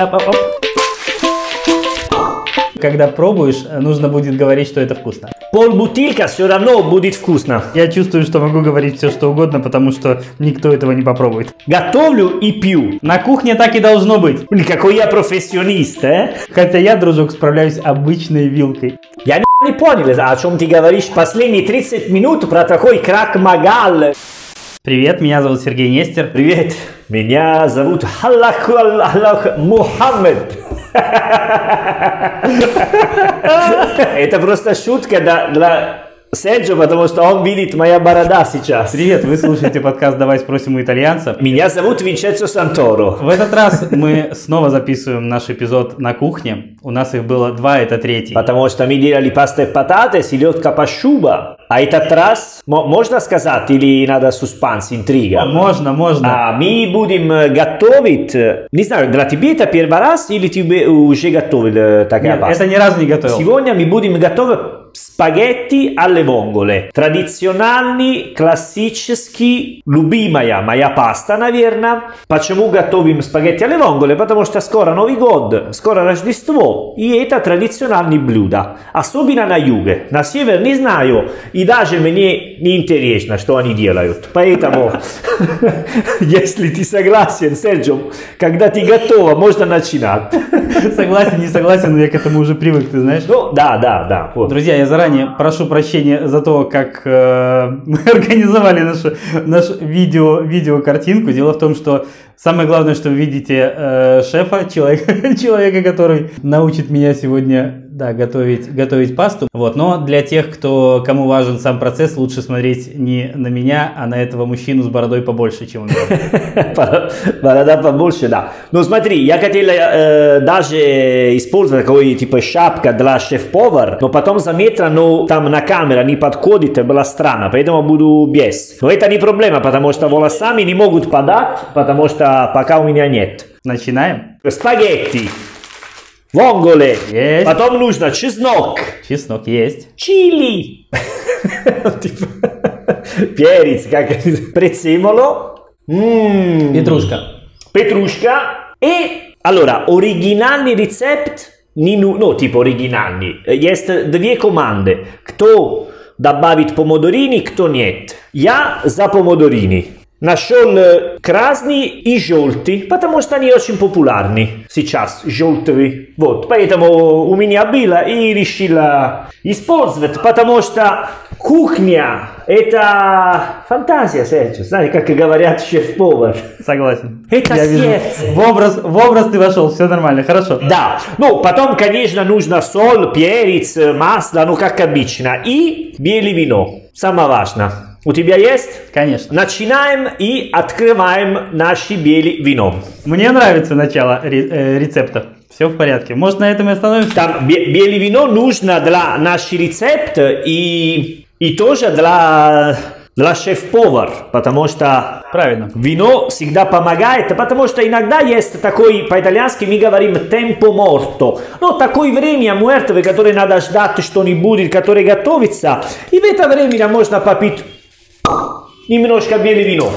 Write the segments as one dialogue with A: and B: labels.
A: Оп, оп, оп. Когда пробуешь, нужно будет говорить, что это вкусно.
B: Пол бутылка все равно будет вкусно.
A: Я чувствую, что могу говорить все, что угодно, потому что никто этого не попробует.
B: Готовлю и пью.
A: На кухне так и должно быть.
B: Блин, какой я профессионист, э?
A: Хотя я, дружок, справляюсь обычной вилкой.
B: Я ни- не понял, о чем ты говоришь последние 30 минут про такой крак Магал.
A: Привет, меня зовут Сергей Нестер.
B: Привет, меня зовут Халлах Аллах Мухаммед. Это просто шутка для, для Серджио, потому что он видит моя борода сейчас.
A: Привет, вы слушаете подкаст «Давай спросим у итальянцев».
B: Меня зовут Винченцо Санторо.
A: В этот раз мы снова записываем наш эпизод на кухне. У нас их было два, это третий.
B: Потому что мы делали паста и пататы, селедка пашуба. А этот раз, мо- можно сказать, или надо суспанс, интрига?
A: Можно, можно.
B: А мы будем э, готовить, э, не знаю, для тебя это первый раз, или ты уже готовил э, такая
A: Нет,
B: паста?
A: это ни разу не готовил.
B: Сегодня мы будем готовить спагетти alle vongole. Традициональный, классический, любимая моя паста, наверное. Почему готовим спагетти alle vongole? Потому что скоро Новый год, скоро Рождество, и это традиционные блюда. Особенно на юге. На север не знаю, и даже мне не интересно, что они делают. Поэтому, если ты согласен, Серджо, когда ты готова, можно начинать.
A: Согласен, не согласен, но я к этому уже привык, ты знаешь.
B: Ну, да, да, да. вот.
A: Друзья, я заранее прошу прощения за то, как э, мы организовали нашу, нашу видео, видеокартинку. Дело в том, что самое главное, что вы видите э, шефа, человека, человека, который научит меня сегодня да, готовить, готовить пасту. Вот. Но для тех, кто, кому важен сам процесс, лучше смотреть не на меня, а на этого мужчину с бородой побольше, чем у меня.
B: Бор- Борода побольше, да. Ну смотри, я хотел э, даже использовать такой типа шапка для шеф-повар, но потом заметила, ну там на камера не подходит, было странно, поэтому буду без. Но это не проблема, потому что волосами не могут подать, потому что пока у меня нет.
A: Начинаем.
B: Спагетти, вонголе,
A: Есть.
B: потом нужно чеснок,
A: Чеснок есть.
B: чили, Типа, перец, как прецемоло, М.
A: Петрушка.
B: Petrusca e allora originalni recept Ninu, no tipo originalni jest dwie komandy kto добавит pomodorini kto нет я за pomodorini Нашел э, красный и желтый, потому что они очень популярны сейчас, желтые. Вот, поэтому у меня было и решила использовать, потому что кухня – это фантазия, Серджио. Знаете, как говорят шеф-повар.
A: Согласен.
B: Это
A: Я вижу.
B: сердце.
A: В образ, в образ ты вошел, все нормально, хорошо.
B: Да, ну потом, конечно, нужно соль, перец, масло, ну как обычно, и белое вино. Самое важное. У тебя есть?
A: Конечно.
B: Начинаем и открываем наше белое вино.
A: Мне нравится начало ре- э, рецепта. Все в порядке. Может, на этом и остановимся?
B: Там бе- белое вино нужно для нашего рецепта и, и тоже для, для шеф-повар, потому что
A: Правильно.
B: Вино всегда помогает, потому что иногда есть такой, по-итальянски мы говорим «темпо морто». Ну, такое время мертвое, которое надо ждать, что не будет, которое готовится. И в это время можно попить немножко белое вино.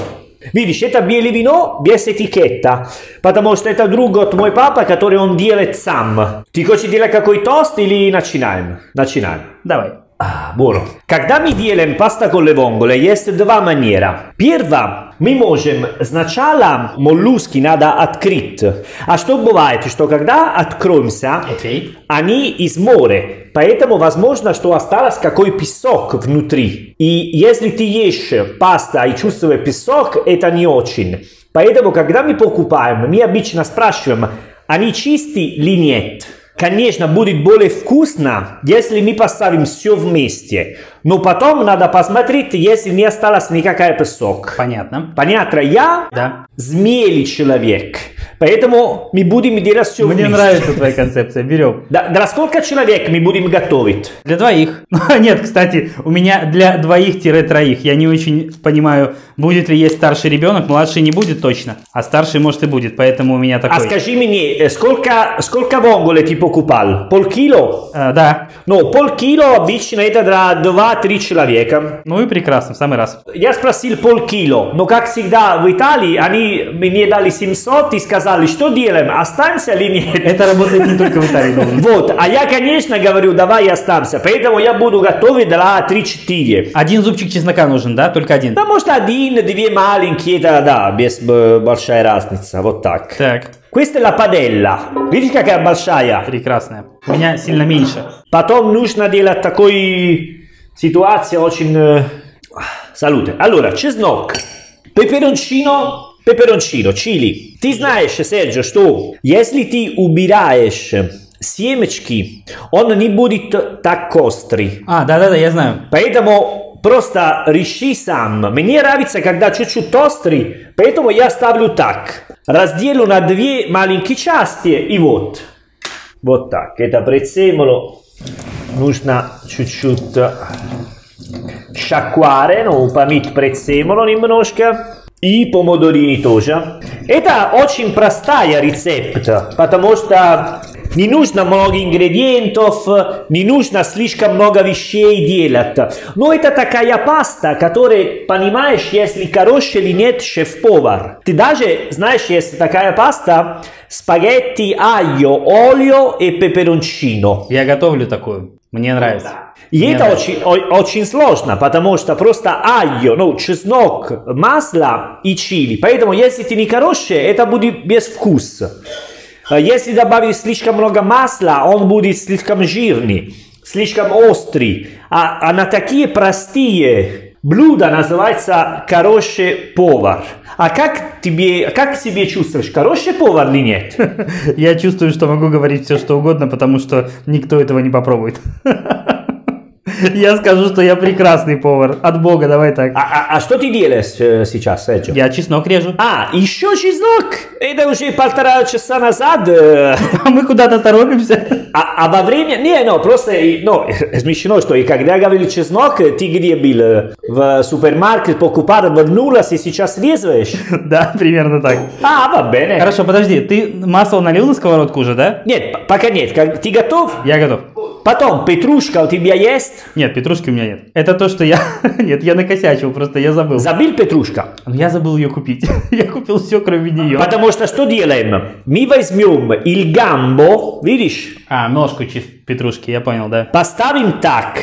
B: Видишь, это белое вино без этикета, потому что это друг от мой папа, который он делает сам. Ты хочешь делать какой тост или начинаем? Начинаем.
A: Давай.
B: Ah, buono. Когда мы делаем паста con le vongole, есть два манера. Первая, мы можем сначала моллюски надо открыть. А что бывает, что когда откроемся,
A: Окей.
B: они из моря, поэтому возможно, что осталось какой песок внутри. И если ты ешь паста и чувствуешь песок, это не очень. Поэтому, когда мы покупаем, мы обычно спрашиваем, «А они чистые или нет. Конечно, будет более вкусно, если мы поставим все вместе. Но потом надо посмотреть, если не осталось никакая песок.
A: Понятно.
B: Понятно? Я
A: Да.
B: змели человек. Поэтому мы будем делать все
A: Мне
B: вместе.
A: нравится твоя концепция. Берем.
B: Да, для сколько человек мы будем готовить?
A: Для двоих. Нет, кстати, у меня для двоих-троих. Я не очень понимаю, будет ли есть старший ребенок. Младший не будет точно. А старший, может, и будет. Поэтому у меня
B: А
A: такой.
B: скажи мне, э, сколько, сколько вонгole ты покупал? Полкило?
A: Э, да.
B: Ну, полкило обычно это для 2-3 человека.
A: Ну и прекрасно, в самый раз.
B: Я спросил полкило, но как всегда в Италии они мне дали 700 и сказали, что делаем, останься или нет.
A: Это работает не только в Италии. Должен.
B: Вот, а я, конечно, говорю, давай останься, поэтому я буду готовить для 3-4.
A: Один зубчик чеснока нужен, да? Только один.
B: Да, может, один, две маленькие, да, да, без э, большая разница, вот так.
A: Так,
B: Questa è la padella. Видишь, какая большая?
A: прекрасная. У меня сильно меньше.
B: Потом нужно делать такой ситуация очень... э, Salute. Allora, чеснок, peperoncino, peperoncino, чили. Ты знаешь, Серджо, что если ты убираешь семечки, он не будет так острый.
A: А, да-да-да, я знаю.
B: Поэтому просто реши сам. Мне нравится, когда чуть-чуть острый, поэтому я ставлю так. Разделю на две маленькие части и вот. Вот так. Это прицемоло нужно чуть-чуть э, шакуаре, ну, помыть прицемоло немножко. И помодорини тоже. Это очень простая рецепт, потому что не нужно много ингредиентов, не нужно слишком много вещей делать. Но это такая паста, которая, понимаешь, если хорошая или нет шеф-повар. Ты даже, знаешь, есть такая паста спагетти, айо, олио и пеперончино.
A: Я готовлю такую. Мне нравится.
B: И
A: Мне
B: это
A: нравится.
B: очень, о- очень сложно, потому что просто айо, ну, чеснок, масло и чили. Поэтому, если ты не хороший, это будет без вкуса. Э, Если добавить слишком много масла, он будет слишком жирный, слишком острый. А, а на такие простые блюда называется хороший повар. А как тебе, как себе чувствуешь, хороший повар или нет?
A: Я чувствую, что могу говорить все, что угодно, потому что никто этого не попробует. Я скажу, что я прекрасный повар. От бога, давай так.
B: А, а- а что ты делаешь э, сейчас, Серджио?
A: Я чеснок режу.
B: А, еще чеснок! Это уже полтора часа назад. э,
A: А мы куда-то торопимся.
B: А, а во время... Не, ну, просто... э, Ну, смешно, что и когда говорили чеснок, э, ты где был? Э, В супермаркет покупал, вернулась и сейчас резаешь?
A: Да, примерно так.
B: А, va bene.
A: Хорошо, подожди, ты масло налил на сковородку уже, да?
B: Нет, п- пока нет. Как- Ты готов?
A: Я готов.
B: Потом, петрушка у тебя есть?
A: Нет, петрушки у меня нет. Это то, что я... Нет, я накосячил, просто я забыл.
B: Забил петрушка.
A: Но Ну, я забыл ее купить. Я купил все, кроме нее.
B: Потому что что делаем? Мы возьмем il gambo, видишь?
A: А, ножку чис- петрушки, я понял, да.
B: Поставим так,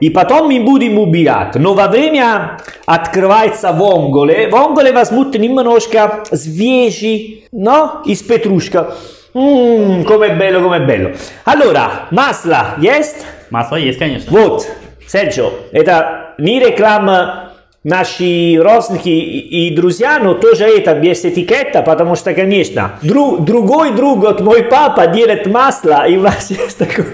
B: и потом мы будем убирать. Но во время открывается вонголе, вонголе возьмут немножко свежий, но из петрушка. Ммм, come Mm, bello, come bello. Allora, масло есть?
A: Масло есть, конечно.
B: Вот, Серджо, это не реклама наши родственники и и друзья, но тоже это без этикета, потому что, конечно, дру- другой друг от мой папа делает масло, и у вас есть такое...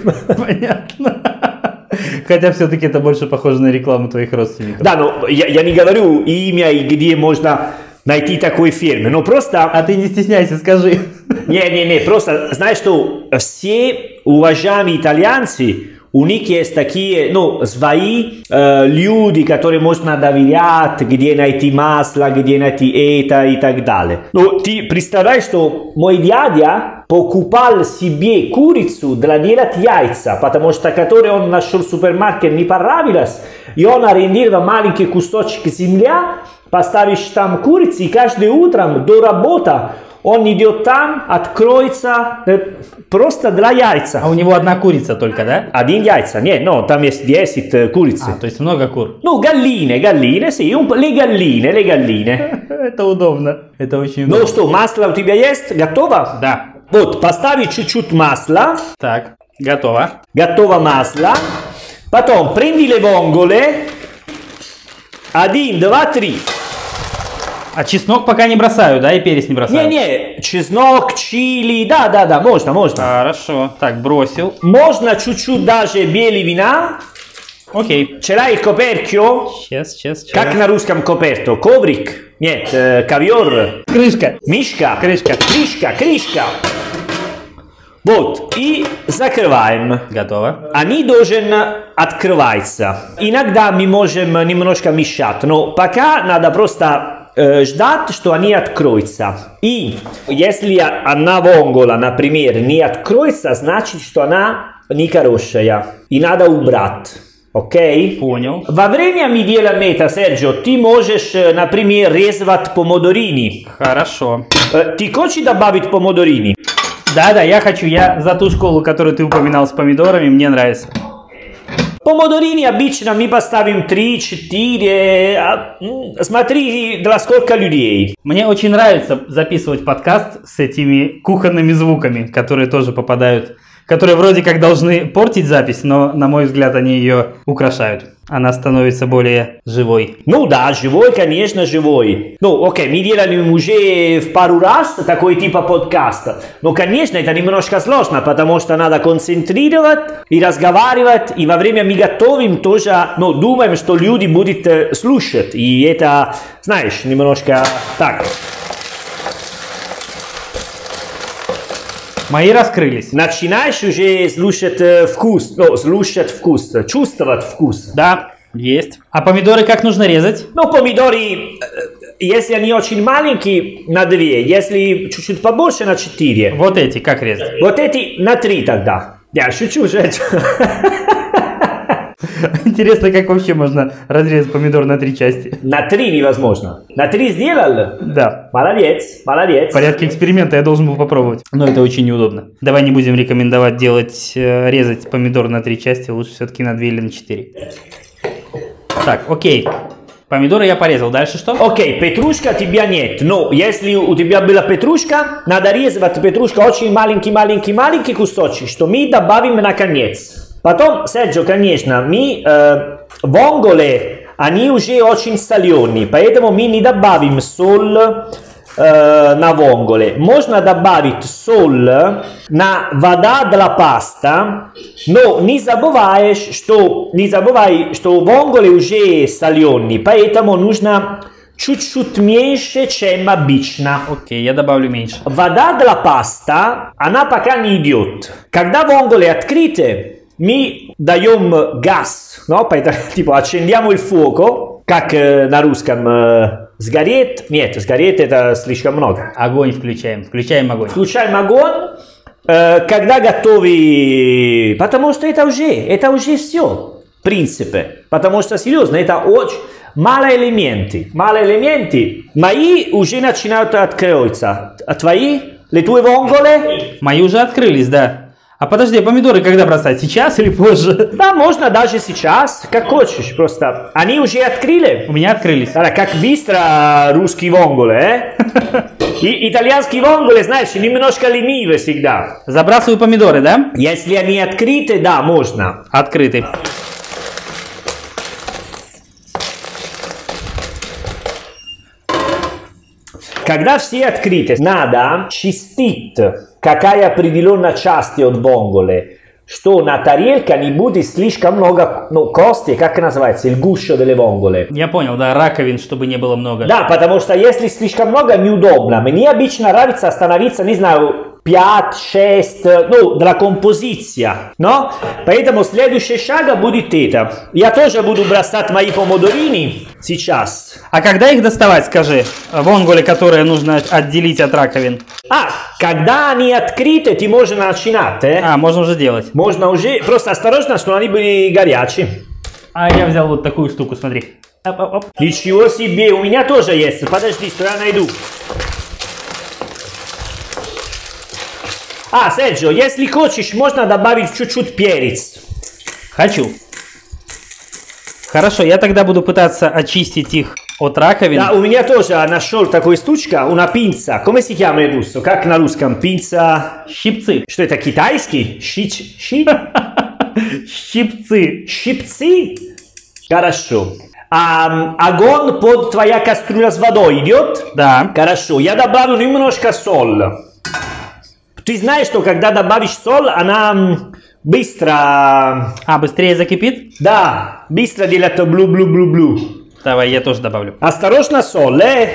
A: Понятно. Хотя все-таки это больше похоже на рекламу твоих родственников.
B: Да, но я, я не говорю имя и где можно найти такой фирмы, но
A: А
B: просто...
A: ты не стесняйся, скажи.
B: Не-не-не, просто знаешь, что все уважаемые итальянцы, у них есть такие, ну, свои э, люди, которые можно доверять, где найти масло, где найти это и так далее. Но ты представляешь, что мой дядя покупал себе курицу для делать яйца, потому что которые он нашел в супермаркете не понравилось, и он арендировал маленький кусочек земля, поставишь там курицы, и каждое утром до работы он идет там, откроется э, просто для яйца.
A: А у него одна курица только, да?
B: Один яйца, нет, ну, там есть 10 э, куриц.
A: А, то есть много кур.
B: Ну, галline, галline, sì, un po'- le galline, le galline.
A: Это удобно. Это очень
B: Ну
A: удобно.
B: что, масло у тебя есть? Готово?
A: Да.
B: Вот, постави чуть-чуть масла,
A: Так, готово.
B: готово масло. Потом, prendi le vongole. Один, два, три.
A: А чеснок пока не бросаю, да, и перец не бросаю?
B: Не-не, чеснок, чили, да-да-да, можно, можно.
A: Хорошо. Так, бросил.
B: Можно чуть-чуть даже белого вина.
A: Окей.
B: Ce l'hai il coperchio?
A: Сейчас, сейчас,
B: Как
A: сейчас.
B: на русском коперто? Коврик? Нет, э, ковер.
A: Крышка.
B: Мишка?
A: Крышка.
B: Крышка, крышка. Вот, и закрываем.
A: Готово.
B: Они должен открываться. Иногда мы можем немножко мешать, но пока надо просто э, ждать, что они откроются. И если она вонгола, например, не откроется, значит, что она нехорошая. И надо убрать. Ok?
A: Понял.
B: Во время медиаламета, Sergio, ti možeš, eh, например, резать помодорини.
A: Хорошо.
B: Э, Ти хочешь добавить помодорини?
A: Да-да, я хочу, я за ту школу, которую ты упоминал с помидорами, мне нравится.
B: Помодорини обычно мы поставим 3-4. mm, Смотри для сколько людей.
A: Мне очень нравится записывать подкаст с этими кухонными звуками, которые тоже попадают, которые вроде как должны портить запись, но, на мой взгляд, они ее украшают. Она становится более живой.
B: Ну да, живой, конечно, живой. Ну, окей, мы делали уже в пару раз такой типа подкаста. Но, конечно, это немножко сложно, потому что надо концентрировать и разговаривать. И во время мы готовим тоже, ну, думаем, что люди будут э, слушать. И это, знаешь, немножко так.
A: Мои раскрылись.
B: Начинаешь уже слушать э, вкус, ну, слушать вкус, чувствовать вкус.
A: Да, есть. А помидоры как нужно резать?
B: Ну, помидоры, э, если они очень маленькие, на 2, если чуть-чуть побольше, на 4.
A: Вот эти, как резать?
B: Вот эти на 3 тогда. Я шучу, Жечь.
A: Интересно, как вообще можно разрезать помидор на три части?
B: На 3 невозможно. На 3 сделал?
A: Да.
B: Молодец, молодец.
A: В порядке эксперимента я должен был попробовать. Но это очень неудобно. Давай не будем рекомендовать делать, э, резать помидор на три части, лучше все-таки на две или на четыре. Так, окей. Помидоры я порезал. Дальше что?
B: Окей, петрушка тебя нет, но если у тебя была петрушка, надо резать петрушка очень маленький-маленький-маленький кусочек, что мы добавим на конец. Потом, Серджо, конечно, мы э, вонголе, они уже очень соленые, поэтому мы не добавим соль э, на вонголе. Можно добавить соль на вода для паста, но не забываешь, что не забывай, что вонголе уже соленые, поэтому нужно чуть-чуть меньше, чем обычно.
A: Окей, я добавлю меньше.
B: Вода для паста, она пока не идет. Когда вонголе открыты, мы даем газ, no? Поэтому, типа, accendiamo il fuoco, как э, на русском э, сгореть. Нет, сгореть это слишком много.
A: Огонь включаем. Включаем огонь.
B: Включаем огонь, э, когда готовы, потому что это уже, это уже все, в принципе. Потому что, серьезно, это очень мало элементы, мало элементы. Мои уже начинают открываться, а твои, ли твои вонголе,
A: Мои уже открылись, да. А подожди, а помидоры когда бросать? Сейчас или позже?
B: да, можно даже сейчас, как хочешь, просто. Они уже открыли?
A: У меня открылись.
B: Allora, как быстро русский вонголе, э? И, итальянский вонголе, знаешь, немножко ленивый всегда.
A: Забрасываю помидоры, да?
B: Если они открыты, да, можно.
A: Открытый.
B: Когда все открыты, надо чистить, какая определенная часть от бонголе, что на тарелке не будет слишком много ну, кости, как называется, il гусcio delle vongole.
A: Я понял, да, раковин, чтобы не было много.
B: Да, потому что если слишком много, неудобно. Мне обычно нравится остановиться, не знаю, 5, 6, ну, для композиция, но? Поэтому следующий шаг будет это. Я тоже буду бросать мои помодорини сейчас.
A: А когда их доставать, скажи? Вонголи, которые нужно отделить от раковин.
B: А, когда они открыты, ты можешь начинать, э?
A: А, можно уже делать.
B: Можно уже, просто осторожно, что они были горячие.
A: А я взял вот такую штуку, смотри. Оп, оп, оп.
B: Ничего себе, у меня тоже есть. Подожди, что я найду. А, Серджо, если хочешь, можно добавить чуть-чуть перец.
A: Хочу. Хорошо, я тогда буду пытаться очистить их от раковин.
B: Да, у меня тоже нашел такой штучка, una pinza. Come si chiama in russo? Как на русском? Pinza...
A: Щипцы.
B: Что это, китайский? Щич... щи-
A: Щипцы.
B: Щипцы? Хорошо. А, огонь под твоя кастрюля с водой идет?
A: Да.
B: Хорошо. Я добавлю немножко соль. Ты знаешь, что когда добавишь соль, она м, быстро...
A: А, быстрее закипит?
B: Да, быстро делает блю-блю-блю-блю.
A: Давай, я тоже добавлю.
B: Осторожно, соль, э?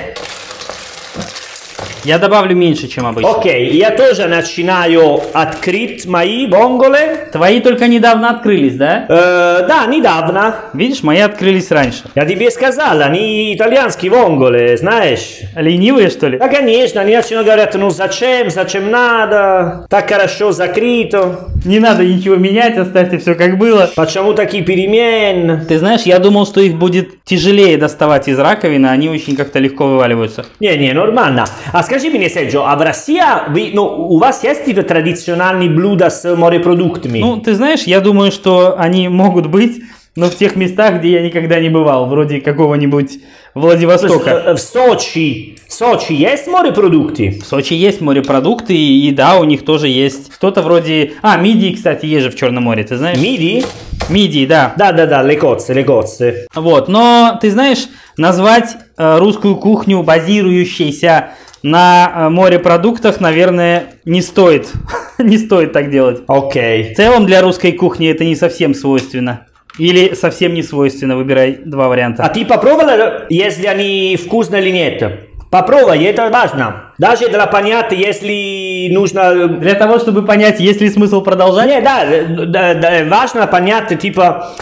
A: Я добавлю меньше, чем обычно.
B: Окей, я тоже начинаю открыть мои бонголы.
A: Твои только недавно открылись, да?
B: Э, да, недавно.
A: Видишь, мои открылись раньше.
B: Я тебе сказала, они итальянские бонголы, знаешь.
A: Ленивые, что ли?
B: Да, конечно, они начинают говорить, ну зачем, зачем надо, так хорошо закрыто,
A: Не надо ничего менять, оставьте все как было.
B: почему такие перемен?
A: Ты знаешь, я думал, что их будет тяжелее доставать из раковины, они очень как-то легко вываливаются.
B: Не, не, нормально. А скажи мне, Серджо, а в России, вы- ну, у вас есть типа традиционные блюда с морепродуктами?
A: Ну, ты знаешь, я думаю, что они могут быть, но в тех местах, где я никогда не бывал, вроде какого-нибудь Владивостока.
B: Э, В Сочи, в Сочи есть морепродукты?
A: В Сочи есть морепродукты, и, и да, у них тоже есть что-то вроде... А, мидии, кстати, есть же в Черном море, ты знаешь?
B: Миди?
A: Мидии, да.
B: Да, да, да, le cozze, le cozze.
A: Вот, но ты знаешь, назвать э, русскую кухню, базирующейся на э, морепродуктах, наверное, не стоит. не стоит так делать. В
B: Окей.
A: целом для русской кухни это не совсем свойственно. Или совсем не свойственно, выбирай два
B: А
A: варианта.
B: ты попробовала, если они вкусные или нет? Попробуй, это важно. Даже для понятия, если нужно
A: Для того, чтобы понять, есть ли смысл продолжать,
B: Не, да, да, да, важно понять, типа,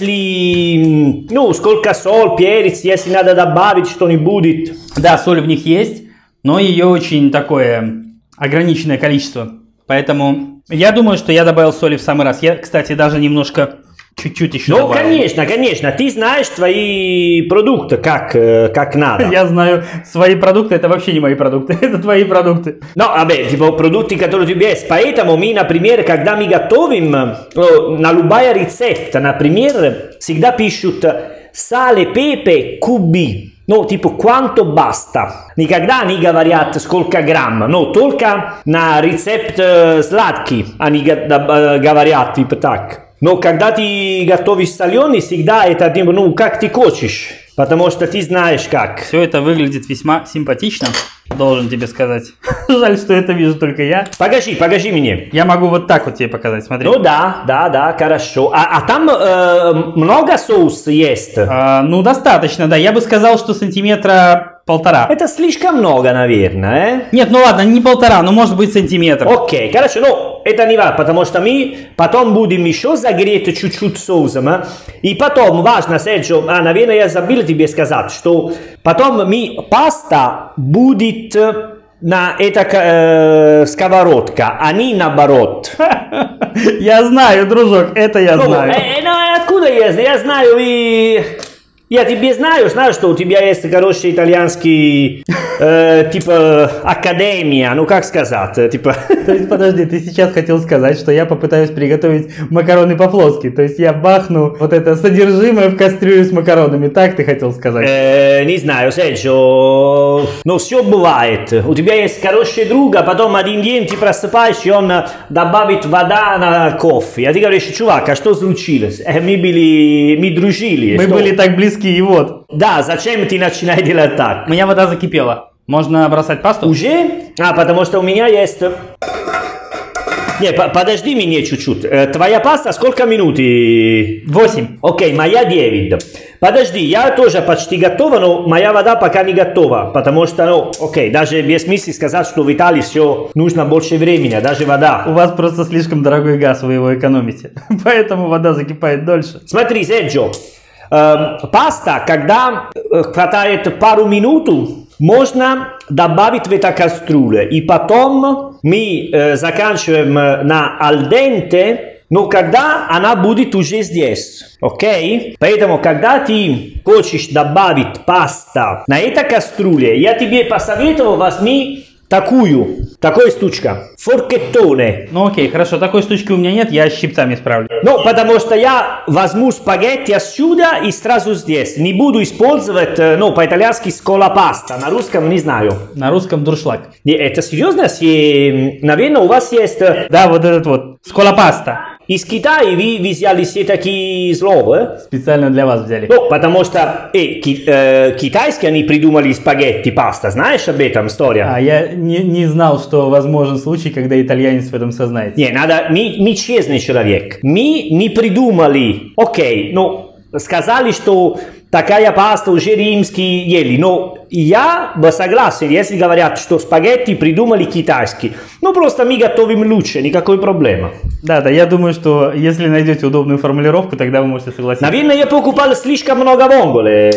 B: если, м, ну, сколько соль, перец, если надо добавить что-нибудь.
A: да, соль в них есть, но ее очень такое ограниченное количество. Поэтому я думаю, что я добавил соли в самый раз. Я, кстати, даже немножко чуть-чуть еще
B: Ну,
A: добавил.
B: конечно, конечно, ты знаешь твои продукты, как, э, как надо.
A: Я знаю, свои продукты это вообще не мои продукты, это твои продукты.
B: Ну, vabbè, tipo prodotti che tu есть. Поэтому мы, например, когда мы готовим э, на любая рецепт, например, всегда пишут сале, пепе, куби. Ну, типа, quanto basta. Никогда не говорят, сколько грамм. Ну, только на рецепт э, сладкий они га- да- э, говорят, типа, так. Но когда ты готовишь соленый, всегда это, типа, ну, как ты хочешь. Потому что ты знаешь как.
A: Все это выглядит весьма симпатично, должен тебе сказать. Жаль, что это вижу только я.
B: Покажи, покажи мне.
A: Я могу вот так вот тебе показать, смотри.
B: Ну да, да, да, хорошо. А, а там э, много соус есть?
A: А, ну, достаточно, да. Я бы сказал, что сантиметра полтора.
B: Это слишком много, наверное.
A: Нет, ну ладно, не полтора, но может быть
B: э?
A: сантиметр.
B: Окей, хорошо, но это не важно, потому что мы потом будем еще загреть чуть-чуть соусом. э. И потом, важно, Серджо, а, наверное, я забыл тебе сказать, что потом мы, паста будет э, на эта э, сковородка, а не наоборот.
A: Я знаю, дружок, это я
B: Ну,
A: знаю.
B: э, э, ну, а откуда я знаю? Я знаю и... Я тебе знаю, знаю, что у тебя есть хороший итальянский, э, типа, академия, ну как сказать, э, типа...
A: То есть, подожди, ты сейчас хотел сказать, что я попытаюсь приготовить макароны по-флотски. То есть, я бахну вот это содержимое в кастрюлю с макаронами. Так ты хотел сказать?
B: э, не знаю, Серджо, ну все бывает. У тебя есть хороший друг, а потом один день ты просыпаешься, и он э, добавит вода на кофе. А ты говоришь, чувак, а что случилось? Э, мы были, мы дружили.
A: Мы
B: что-
A: были так близки, и вот.
B: Да, зачем ты начинаешь делать так?
A: У меня вода закипела. Можно бросать пасту?
B: Уже? А, потому что у меня есть... э, Не, по- подожди меня чуть-чуть. Э, Твоя паста сколько минут? и-
A: Восемь.
B: Окей, моя 9. Подожди, я тоже почти готова, но моя вода пока не готова, потому что, ну, окей, даже без мысли сказать, что в Италии все нужно больше времени, а даже
A: У
B: вода.
A: вас просто слишком дорогой газ, вы его экономите. Поэтому вода закипает дольше.
B: Смотри, Серджо, эм, паста, когда э, хватает пару минут, можно добавить в это кастрюлю. И потом мы э, заканчиваем э, на альденте, но когда она будет уже здесь, окей? Поэтому, когда ты хочешь добавить паста на это кастрюле, я тебе посоветовал возьми такую, такой штучка, форкеттоне.
A: Ну окей, хорошо, такой штучки у меня нет, я с щипцами справлюсь.
B: Ну, потому что я возьму спагетти отсюда и сразу здесь. Не буду использовать, э, ну, по-итальянски сколопаста, на русском не знаю.
A: На русском дуршлаг.
B: Не, Это серьезно? Се- Наверное, у вас есть... э,
A: Да, вот этот вот, сколопаста.
B: Из Китая вы, вы взяли все такие слова? э?
A: Специально для вас взяли.
B: Ну, потому что э, ки- э, китайские они придумали спагетти, паста. Знаешь об этом история?
A: А я не, не знал, что возможен случай, когда итальянец в этом сознается.
B: Не, надо, мы, мы честный человек. Мы не придумали. Окей, ну, сказали, что такая паста уже римские ели. Но я бы согласен, если говорят, что спагетти придумали китайские. Ну, просто мы готовим лучше, никакой проблемы.
A: Да, да, я думаю, что если найдете удобную формулировку, тогда вы можете согласиться.
B: Наверное, я покупал слишком много вонголе.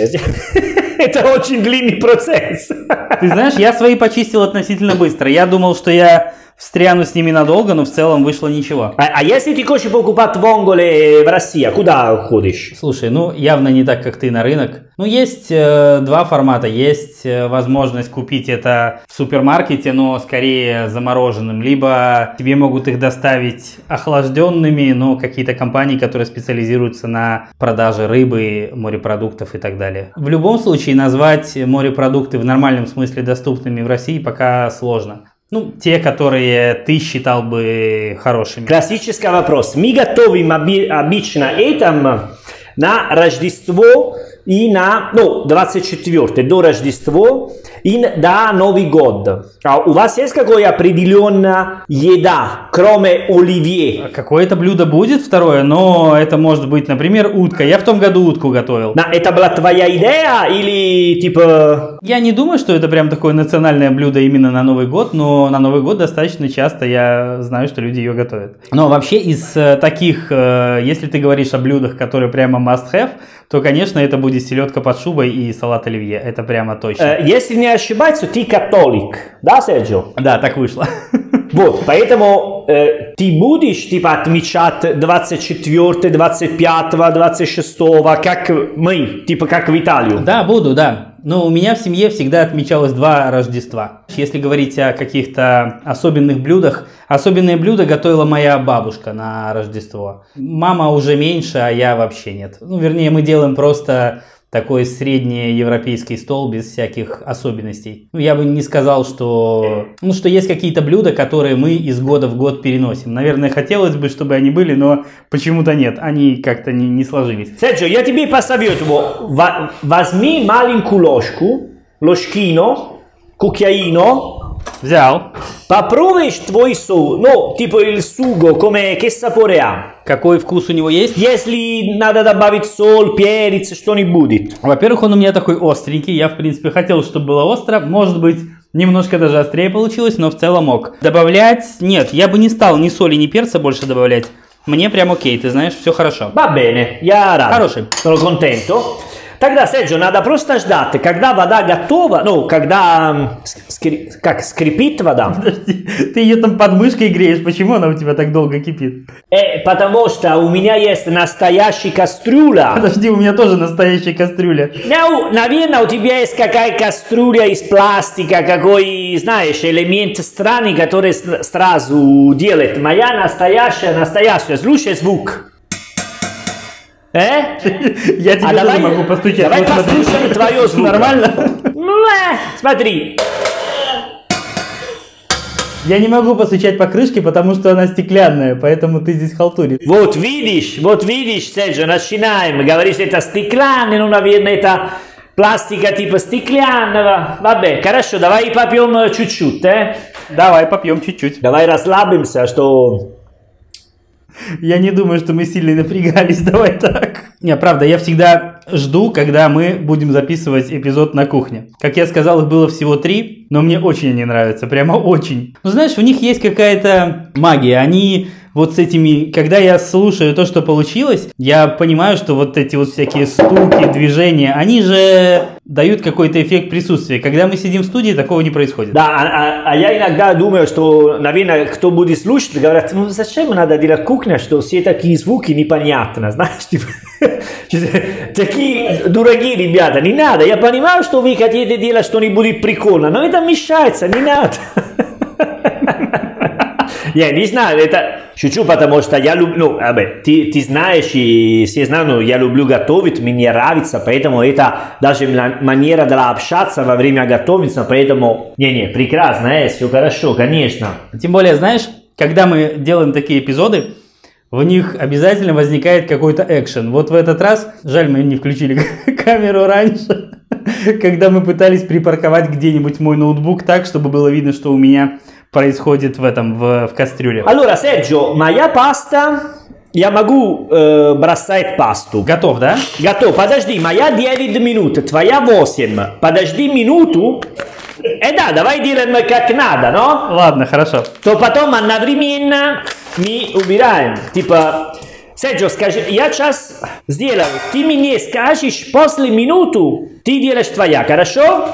B: Это очень длинный процесс.
A: Ты знаешь, я свои почистил относительно быстро. Я думал, что я встряну с ними надолго, но в целом вышло ничего.
B: А, а если ты хочешь покупать вонголе в России, куда ходишь?
A: Слушай, ну явно не так, как ты на рынок. Ну есть э, два формата. Есть э, возможность купить это в супермаркете, но скорее замороженным. Либо тебе могут их доставить охлажденными, но какие-то компании, которые специализируются на продаже рыбы, морепродуктов и так далее. В любом случае назвать морепродукты в нормальном смысле доступными в России пока сложно. Ну, те, которые ты считал бы хорошими.
B: Классический вопрос. Мы готовим оби- обычно это на Рождество и на, ну, 24 до Рождества и до Новый год. А у вас есть какая определенная еда, кроме оливье?
A: Какое-то А блюдо будет второе, но это может быть, например, утка. Я в том году утку готовил.
B: На, это была твоя идея или типа...
A: Я не думаю, что это прям такое национальное блюдо именно на Новый год, но на Новый год достаточно часто я знаю, что люди ее готовят. Но вообще из э, таких, э, если ты говоришь о блюдах, которые прямо must-have, то, конечно, это будет селедка под шубой и салат оливье. Это прямо точно.
B: Э, Если не ошибаюсь, ты католик, да, Серджио?
A: Да, так вышло.
B: Вот, поэтому э, ты будешь типа отмечать 24, 25, 26, как мы, типа как в Италию.
A: Да, буду, да. Но у меня в семье всегда отмечалось два Рождества. Если говорить о каких-то особенных блюдах, особенные блюда готовила моя бабушка на Рождество. Мама уже меньше, а я вообще нет. Ну, вернее, мы делаем просто такой среднеевропейский стол без всяких особенностей. Ну, я бы не сказал, что... Ну, что есть какие-то блюда, которые мы из года в год переносим. Наверное, хотелось бы, чтобы они были, но почему-то нет. Они как-то не, не сложились.
B: Серджио, я тебе посоветую, во- возьми маленькую ложку, ложкину, cucchiaino,
A: Взял.
B: попробуешь твой су, ну, типа il sugo, come, che sapore ha.
A: Какой вкус у него есть?
B: Если надо добавить соль, перец, что-нибудь будет.
A: Во-первых, он у меня такой остренький. Я, в принципе, хотел, чтобы было остро. Может быть, немножко даже острее получилось, но в целом мог. Добавлять? Нет, я бы не стал ни соли, ни перца больше добавлять. Мне прям окей, ты знаешь, все хорошо.
B: Va bene, я рад.
A: Хороший.
B: Sono contento. Тогда, Серджио, надо просто ждать, когда вода готова, ну, когда, м, скри- как, скрипит вода.
A: Подожди, ты ее там под мышкой греешь, почему она у тебя так долго кипит?
B: Э, потому что у меня есть настоящий кастрюля.
A: Подожди, у меня тоже настоящая кастрюля.
B: Ну, наверное, у тебя есть какая кастрюля из пластика, какой, знаешь, элемент странный, который с- сразу делает. Моя настоящая, настоящая. Слушай звук. Э?
A: Я тебе
B: А
A: тоже
B: давай-
A: могу постучать.
B: давай
A: Вот смотри.
B: послушаем твоё звука.
A: Нормально?
B: Муа! Смотри.
A: Я не могу постучать по крышке, потому что она стеклянная, поэтому ты здесь халтуришь.
B: Вот видишь, вот видишь, Серджио, начинаем. Говоришь, это стеклянный, ну, наверное, это пластика типа стеклянного. Vabbè, хорошо, давай попьем э, чуть-чуть, э?
A: Давай попьем чуть-чуть.
B: Давай расслабимся, что
A: Я не думаю, что мы сильно напрягались, давай так. Не, правда, я всегда жду, когда мы будем записывать эпизод на кухне. Как я сказал, их было всего три, но мне очень они нравятся, прямо очень. Ну, знаешь, у них есть какая-то магия, они вот с этими, когда я слушаю то, что получилось, я понимаю, что вот эти вот всякие стуки, движения, они же дают какой-то эффект присутствия. Когда мы сидим в студии, такого не происходит.
B: Да, а, а- а я иногда думаю, что, наверное, кто будет слушать, говорят, ну зачем надо делать кухня, что все такие звуки непонятно, знаешь, типа, такие дураки ребята, не надо, я понимаю, что вы хотите делать что-нибудь прикольно, но это мешается, не надо. Я не знаю, это шучу, потому что я люблю, ну, vabbè, ты, ты знаешь, и все знают, я люблю готовить, мне нравится, поэтому это даже мна- манера для общаться во время готовиться, поэтому, не-не, прекрасно, э, все хорошо, конечно.
A: Тем более, знаешь, когда мы делаем такие эпизоды, в них обязательно возникает какой-то экшен. Вот в этот раз, жаль, мы не включили камеру раньше, когда мы пытались припарковать где-нибудь мой ноутбук так, чтобы было видно, что у меня происходит в этом, в, в кастрюле.
B: Allora, Sergio, ma la pasta Я могу э, бросать пасту.
A: Готов, да?
B: Готов. Подожди, моя 9 минут, твоя 8. Подожди минуту. Э да, давай делаем как надо, но?
A: Ладно, хорошо.
B: То потом одновременно мы убираем. Типа, Sergio, ja скажи, я сейчас сделаю. Ты мне скажешь после минуту, ты делаешь твоя, хорошо?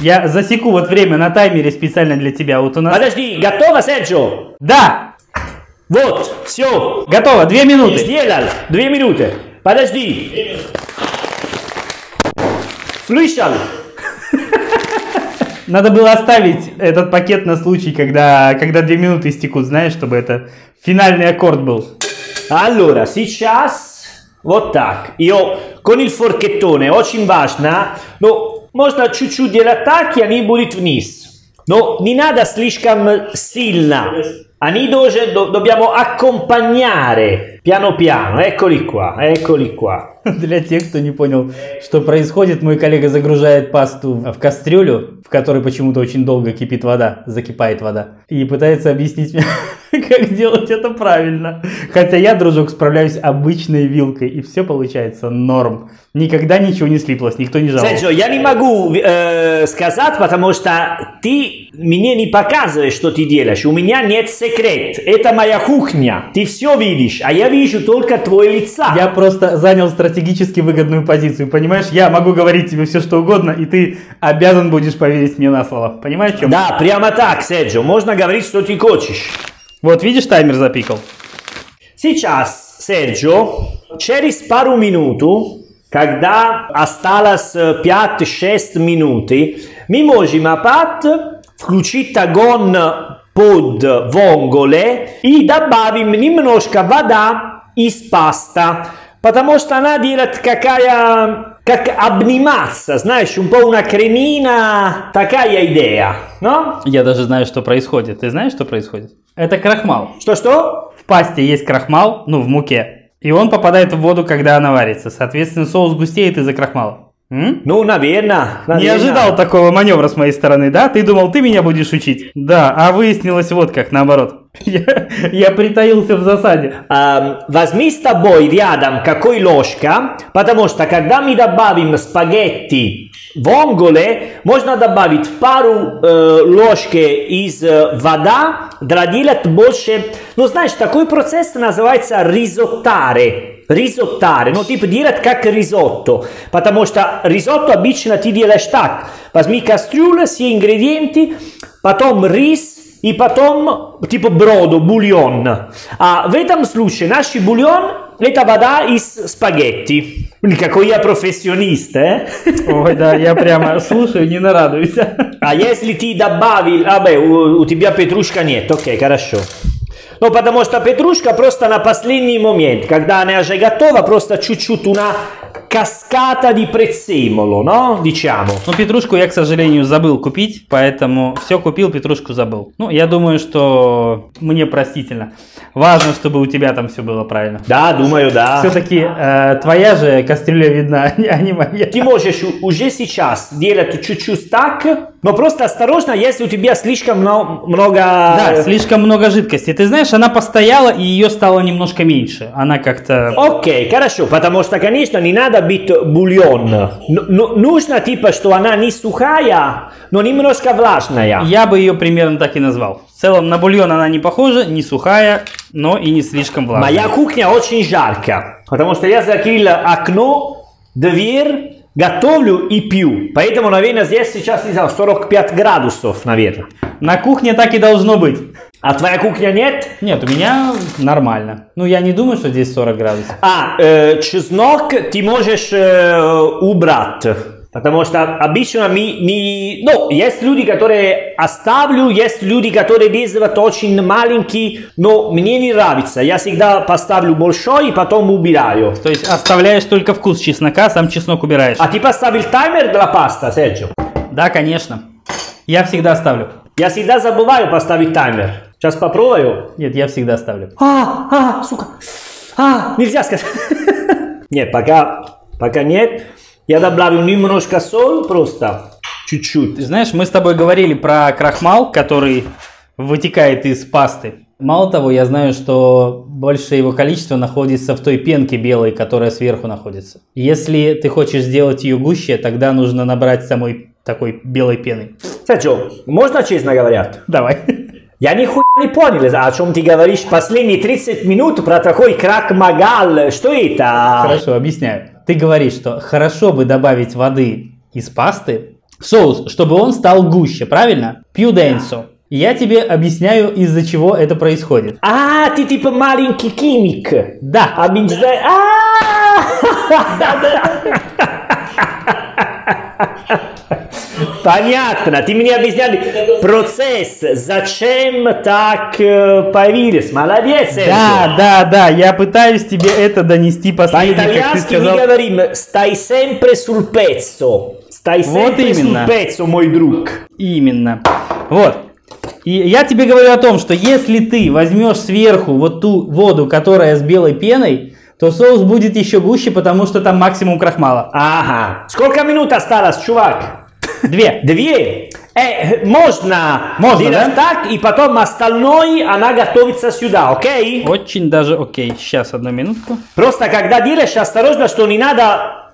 A: Я засеку вот время на таймере специально для тебя. Вот у нас...
B: Подожди, готова, Серджо?
A: Да!
B: Вот, все.
A: Готово, две минуты.
B: Сделал. Две минуты. Подожди. Слышал?
A: Надо было оставить этот пакет на случай, когда, когда две минуты истекут, знаешь, чтобы это финальный аккорд был.
B: Allora, сейчас вот так. Io con il forchettone очень важно, но можно чуть-чуть делать так, и они будут вниз. Но не надо слишком сильно. Они должны, do- dobbiamo accompagnare piano piano. Eccoli qua, eccoli qua.
A: Для тех, кто не понял, что происходит, мой коллега загружает пасту в кастрюлю, в которой почему-то очень долго кипит вода, закипает вода, и пытается объяснить мне, как делать это правильно. Хотя я, дружок, справляюсь обычной вилкой, и все получается норм. Никогда ничего не слиплось, никто не жаловался.
B: Sergio, я не могу э, сказать, потому что ты мне не показываешь, что ты делаешь. У меня нет секрет. Это моя кухня. Ты все видишь, а я вижу только твое лицо.
A: Я просто занял стратегически выгодную позицию, понимаешь? Я могу говорить тебе все что угодно, и ты обязан будешь поверить мне на слово. Понимаешь, в чем?
B: Да, прямо так, Серджо. Можно говорить, что ты хочешь.
A: Вот видишь, таймер запикал.
B: Сейчас, Серджо, через пару минут, когда осталось 5-6 минут, мы можем опять включить огонь под вонголе и добавим немножко вода из паста, потому что она делает какая как обниматься, знаешь, un po' una cremina, такая идея, no?
A: Я даже знаю, что происходит. Ты знаешь, что происходит? Это крахмал.
B: Что-что?
A: В пасте есть крахмал, ну, в муке. И он попадает в воду, когда она варится. Соответственно, соус густеет из-за крахмала. М?
B: Ну, наверное.
A: Не ожидал такого маневра с моей стороны, да? Ты думал, ты меня будешь учить? Да, а выяснилось вот как, наоборот. Я, я притаился в засаде.
B: Эм, возьми с тобой рядом какой ложка, потому что когда мы добавим спагетти в онголе, можно добавить пару э, ложки из э, вода, для делать больше. Ну, знаешь, такой процесс называется ризоттаре. Ризоттаре, ну, типа делать как ризотто, потому что ризотто обычно ты делаешь так. Возьми кастрюлю, все ингредиенты, потом рис, и потом типа броду, бульон. А в этом случае наш бульон это вода из спагетти. Блин, Какой я профессионист, э?
A: Ой, да, я прямо слушаю, не нарадуюсь.
B: А если ты добавил... А, бе, у, у тебя петрушка нет, окей, хорошо. Ну, потому что петрушка просто на последний момент, когда она уже готова, просто чуть-чуть una cascata di prezzemolo, no? Diciamo.
A: Ну, петрушку я, к сожалению, забыл купить, поэтому все купил, петрушку забыл. Ну, я думаю, что мне простительно. Важно, чтобы у тебя там все было правильно.
B: Да, думаю, да.
A: Все-таки э, твоя же кастрюля видна, а не моя.
B: Ты можешь у- уже сейчас делать чуть-чуть так, но просто осторожно, если у тебя слишком мно- много...
A: Да, слишком много жидкости. Ты знаешь, она постояла, и ее стало немножко меньше. Она как-то...
B: Окей, хорошо, потому что, конечно, не надо бить бульон. Н- ну- нужно типа, что она не сухая, но немножко влажная.
A: Я бы ее примерно так и назвал. В целом на бульон она не похожа, не сухая, но и не слишком влажная.
B: Моя кухня очень жаркая, потому что я закрыл окно, дверь, готовлю и пью. Поэтому, наверное, здесь сейчас, не знаю, 45 градусов, наверное.
A: На кухне так и должно быть.
B: А твоя кухня нет?
A: Нет, у меня нормально. Ну, я не думаю, что здесь 40 градусов.
B: А, э, чеснок ты можешь э, убрать. Потому что обычно мы не... Ну, есть люди, которые оставлю, есть люди, которые резают очень маленький, но мне не нравится. Я всегда поставлю большой и потом убираю.
A: То есть оставляешь только вкус чеснока, сам чеснок убираешь.
B: А ты поставил таймер для паста, Серджо?
A: Да, конечно. Я всегда ставлю.
B: Я всегда забываю поставить таймер. Сейчас попробую.
A: Нет, я всегда ставлю.
B: А, а, сука. А, нельзя сказать. Нет, пока, пока нет. Я добавлю немножко соль просто. Чуть-чуть.
A: Ты знаешь, мы с тобой говорили про крахмал, который вытекает из пасты. Мало того, я знаю, что большее его количество находится в той пенке белой, которая сверху находится. Если ты хочешь сделать ее гуще, тогда нужно набрать самой такой белой пены.
B: Сачо, можно честно говоря?
A: Давай.
B: Я нихуя не понял, а о чем ты говоришь последние 30 минут про такой крак Магал. Что это?
A: Хорошо, объясняю. Ты говоришь, что хорошо бы добавить воды из пасты в соус, чтобы он стал гуще, правильно? Пьюденсо. Я тебе объясняю, из-за чего это происходит.
B: А, ты типа маленький химик.
A: Да,
B: Объезжай. Понятно, ты мне объясняли процесс, зачем так э, появились, молодец, Серджио.
A: да, да, да, я пытаюсь тебе это донести последний, как ты
B: По-итальянски мы
A: сказал.
B: говорим «Stai sempre sul pezzo». «Stai
A: Вот
B: sempre
A: именно.
B: sul pezzo, мой друг».
A: Именно. Вот. И я тебе говорю о том, что если ты возьмешь сверху вот ту воду, которая с белой пеной, то соус будет еще гуще, потому что там максимум крахмала.
B: Ага. Сколько минут осталось, чувак?
A: Две.
B: Две. Э, можно.
A: Можно,
B: делать так, и потом остальное она готовится сюда, окей?
A: Очень даже окей. Сейчас, одну минутку.
B: Просто когда делаешь, осторожно, что не надо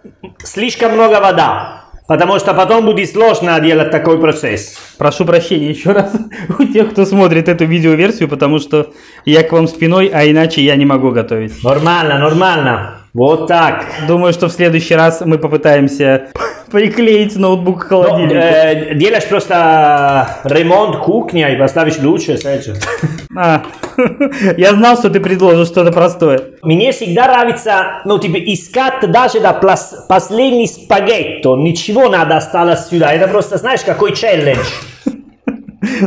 B: слишком много вода. Потому что потом будет сложно делать такой процесс.
A: Прошу прощения еще раз у тех, кто смотрит эту видеоверсию, потому что я к вам спиной, а иначе я не могу готовить.
B: Нормально, нормально. Вот так.
A: Думаю, что в следующий раз мы попытаемся приклеить ноутбук к
B: No,
A: холодильнику.
B: eh, делаешь просто ремонт кухня и поставишь лучше, Серджио.
A: А, я знал, что ты предложишь что-то простое.
B: Мне всегда нравится, ну, типа, искать даже до плас- последний спагетто. Ничего надо осталось сюда. Это просто, знаешь, какой челлендж.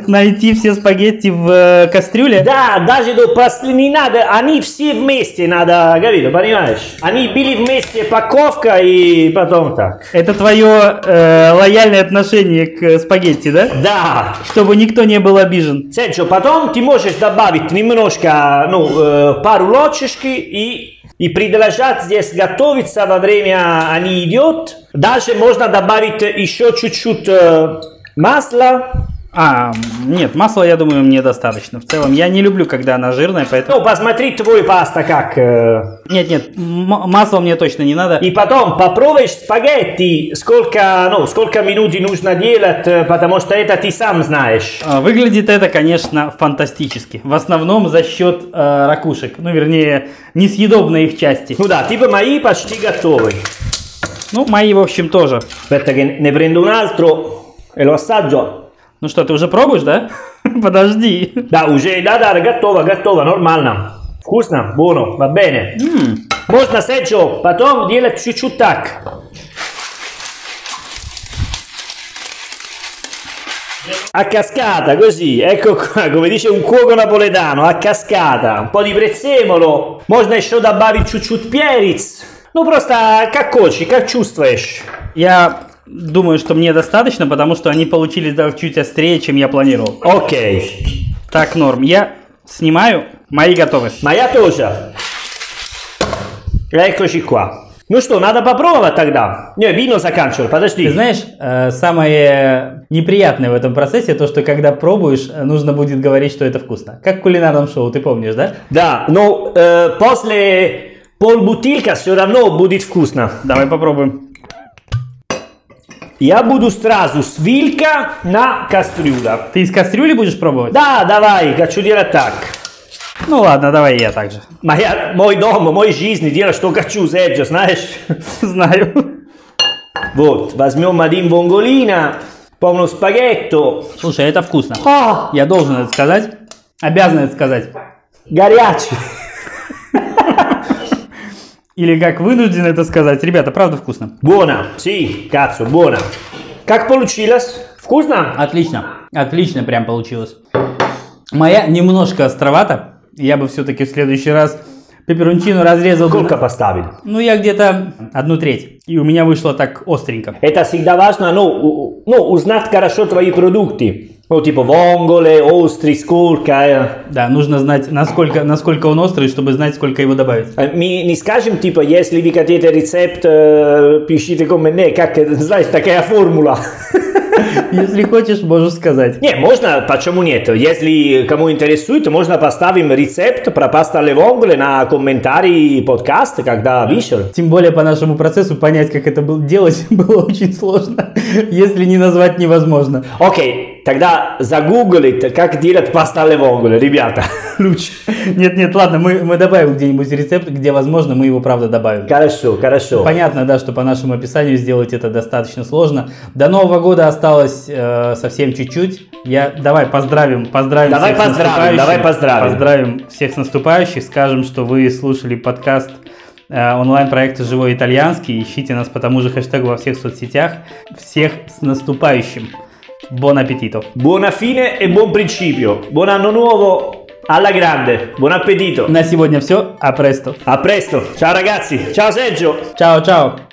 A: Найти все спагетти в э, кастрюле.
B: Да, даже до последнего не надо. Они все вместе надо, говорю, понимаешь? Они были вместе паковка и потом так.
A: Это твое э, лояльное отношение к э, спагетти, да?
B: Да.
A: Чтобы никто не был обижен.
B: Серджо, потом ты можешь добавить немножко, ну, э, пару ложечки и, и продолжать здесь готовиться во время они идет. Даже можно добавить еще чуть-чуть э, масла.
A: А, нет, масла, я думаю, мне достаточно. В целом, я не люблю, когда она жирная, поэтому...
B: Ну, посмотри твой паста как. э.
A: Нет, нет, м- масла мне точно не надо.
B: И потом попробуешь спагетти, сколько, ну, сколько минут нужно делать, э, потому что это ты сам знаешь.
A: А, Выглядит это, конечно, фантастически. В основном за счет э, ракушек. Ну, вернее, несъедобной их части.
B: Ну да, типа мои почти готовы.
A: Ну, мои, в общем, тоже.
B: Aspetta che ne prendo un altro e lo assaggio.
A: Ну что, ты уже пробуешь, да? Подожди.
B: Да, уже, да, да, готово, готово, нормально. Вкусно, buono, va bene.
A: М,
B: Можно, Серджо, потом делать чуть-чуть так. A cascata, così, ecco qua, come dice un cuoco napoletano, a cascata, un po' di prezzemolo, можно еще добавить чуть-чуть перец. Ну, просто как хочешь, как чувствуешь.
A: Я думаю, что мне достаточно, потому что они получились даже чуть острее, чем я планировал.
B: Окей.
A: Так, норм. Я снимаю. Мои готовы.
B: Ma я тоже. Eccoci qua. Ну что, надо попробовать тогда? Не, вино заканчивай, подожди.
A: Ты знаешь, э, самое неприятное в этом процессе то, что когда пробуешь, э, нужно будет говорить, что это вкусно. Как в кулинарном шоу, ты помнишь, да?
B: Да, но э, после полбутылька все равно будет вкусно.
A: Давай попробуем.
B: Я буду сразу с вилка на кастрюля.
A: Ты из кастрюли будешь пробовать?
B: Да, давай, хочу делать так.
A: Ну ладно, давай я также.
B: Моя, мой дом, мой жизнь, делай, что хочу, Серджо, знаешь?
A: Знаю.
B: Вот, возьмем один бонголина, помню спагетто.
A: Слушай, это вкусно.
B: А,
A: Я должен это сказать. Обязан это сказать.
B: горячий.
A: Или как вынужден это сказать. Ребята, правда вкусно.
B: Buona, sì, cazzo, buona. Как получилось? Вкусно?
A: Ah, Отлично. Отлично прям получилось. Моя немножко островата. Я бы все-таки в следующий раз пеперончину разрезал. бы на-
B: Сколько поставили?
A: Ну, я где-то одну треть. И у меня вышло так остренько.
B: Это всегда важно, ну, у- ну, узнать хорошо твои продукты. Ну, типа вонголе, острый, сколько. э.
A: Да, нужно знать, насколько, насколько он острый, чтобы знать, сколько его добавить.
B: Э, Мы не скажем, типа, если вы eh, хотите рецепт, э, пишите ко мне, как, э, знаешь, такая формула.
A: Если хочешь, можешь сказать.
B: Не, можно, почему нет? Если кому интересует, можно поставим рецепт про пастalle vongole на комментарий подкаст, когда вышел.
A: Тем более по нашему процессу понять, как это был, делать было очень сложно, если не назвать невозможно.
B: Окей, тогда загуглить, как делать пастalle vongole, ребята. Лучше.
A: Нет, нет, ладно, мы, мы добавим где-нибудь рецепт, где возможно мы его правда добавим.
B: Хорошо, хорошо.
A: Понятно, да, что по нашему описанию сделать это достаточно сложно. До Нового года осталось э, совсем чуть-чуть. Я давай поздравим, поздравим.
B: Давай
A: всех с
B: поздравим,
A: наступающим.
B: давай поздравим.
A: Поздравим всех с наступающих, скажем, что вы слушали подкаст э, онлайн-проекта «Живой итальянский». Ищите нас по тому же хэштегу во всех соцсетях. Всех с наступающим. Бон аппетито.
B: Buona fine e buon principio. Buon anno nuovo alla grande. Buon appetito.
A: На сегодня все. А престо.
B: A presto. Ciao ragazzi. Ciao Sergio.
A: Чао, чао.